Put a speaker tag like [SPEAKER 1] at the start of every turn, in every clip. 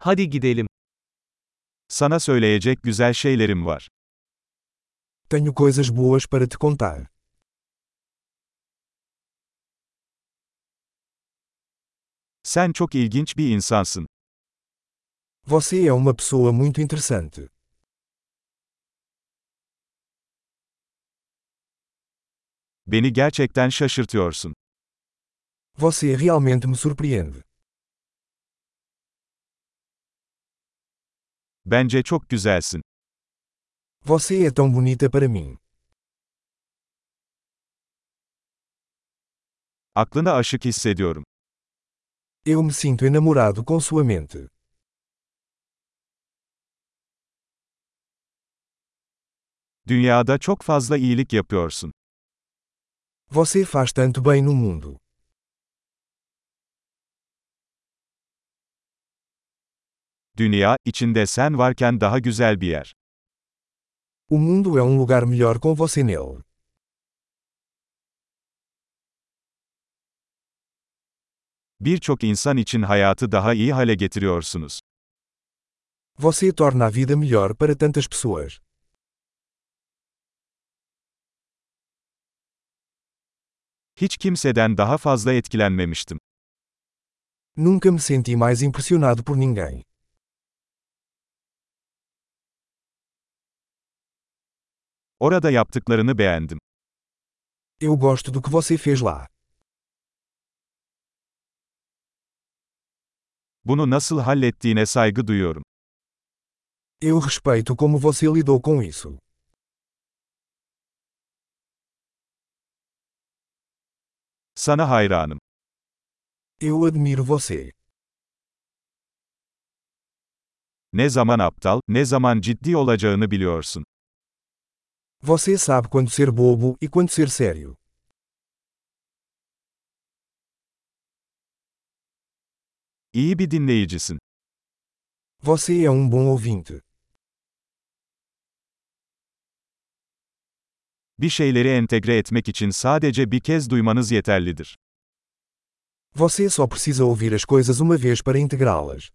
[SPEAKER 1] Hadi gidelim. Sana söyleyecek güzel şeylerim var.
[SPEAKER 2] Tenho coisas boas para te contar.
[SPEAKER 1] Sen çok ilginç bir insansın.
[SPEAKER 2] Você é uma pessoa muito interessante.
[SPEAKER 1] Beni gerçekten şaşırtıyorsun.
[SPEAKER 2] Você realmente me surpreende.
[SPEAKER 1] Bence çok güzelsin.
[SPEAKER 2] Você é tão bonita para mim.
[SPEAKER 1] Aklına aşık hissediyorum.
[SPEAKER 2] Eu me sinto enamorado com sua mente.
[SPEAKER 1] Dünyada çok fazla iyilik yapıyorsun.
[SPEAKER 2] Você faz tanto bem no mundo.
[SPEAKER 1] Dünya, içinde sen varken daha güzel bir yer.
[SPEAKER 2] O mundo é um lugar melhor com você nele.
[SPEAKER 1] Birçok insan için hayatı daha iyi hale getiriyorsunuz.
[SPEAKER 2] Você torna a vida melhor para tantas pessoas.
[SPEAKER 1] Hiç kimseden daha fazla etkilenmemiştim.
[SPEAKER 2] Nunca me senti mais impressionado por ninguém.
[SPEAKER 1] Orada yaptıklarını beğendim.
[SPEAKER 2] Eu gosto do que você fez lá.
[SPEAKER 1] Bunu nasıl hallettiğine saygı duyuyorum.
[SPEAKER 2] Eu respeito como você lidou com isso.
[SPEAKER 1] Sana hayranım.
[SPEAKER 2] Eu admiro você.
[SPEAKER 1] Ne zaman aptal, ne zaman ciddi olacağını biliyorsun.
[SPEAKER 2] Você sabe quando ser bobo e quando ser sério.
[SPEAKER 1] İyi bir dinleyicisin.
[SPEAKER 2] Você é um bom ouvinte.
[SPEAKER 1] Bir şeyleri entegre etmek için sadece bir kez duymanız yeterlidir.
[SPEAKER 2] Você só precisa ouvir as coisas uma vez para integrá-las.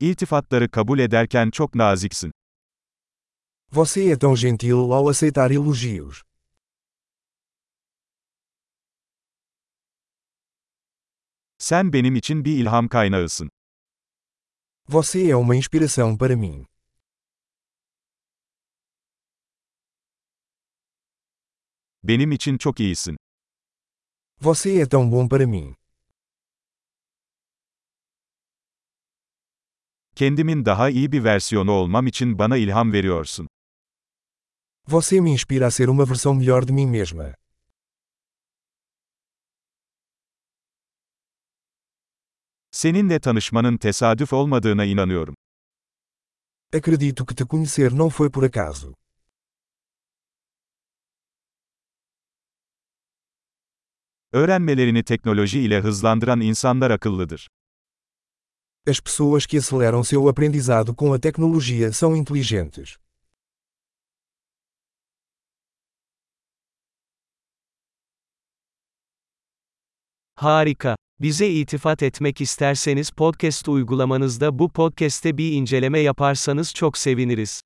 [SPEAKER 1] İltifatları kabul ederken çok naziksin.
[SPEAKER 2] Você é tão gentil ao aceitar elogios.
[SPEAKER 1] Sen benim için bir ilham kaynağısın.
[SPEAKER 2] Você é uma inspiração para mim.
[SPEAKER 1] Benim için çok iyisin.
[SPEAKER 2] Você é tão bom para mim.
[SPEAKER 1] Kendimin daha iyi bir versiyonu olmam için bana ilham veriyorsun.
[SPEAKER 2] Você me inspira a ser uma versão melhor de mim mesma.
[SPEAKER 1] Seninle tanışmanın tesadüf olmadığına inanıyorum.
[SPEAKER 2] Acredito que te conhecer não foi por acaso.
[SPEAKER 1] Öğrenmelerini teknoloji ile hızlandıran insanlar akıllıdır.
[SPEAKER 2] As pessoas que aceleram seu aprendizado com a tecnologia são inteligentes.
[SPEAKER 3] Harika. Bize itifat etmek isterseniz podcast uygulamanızda bu podcast'te bir inceleme yaparsanız çok seviniriz.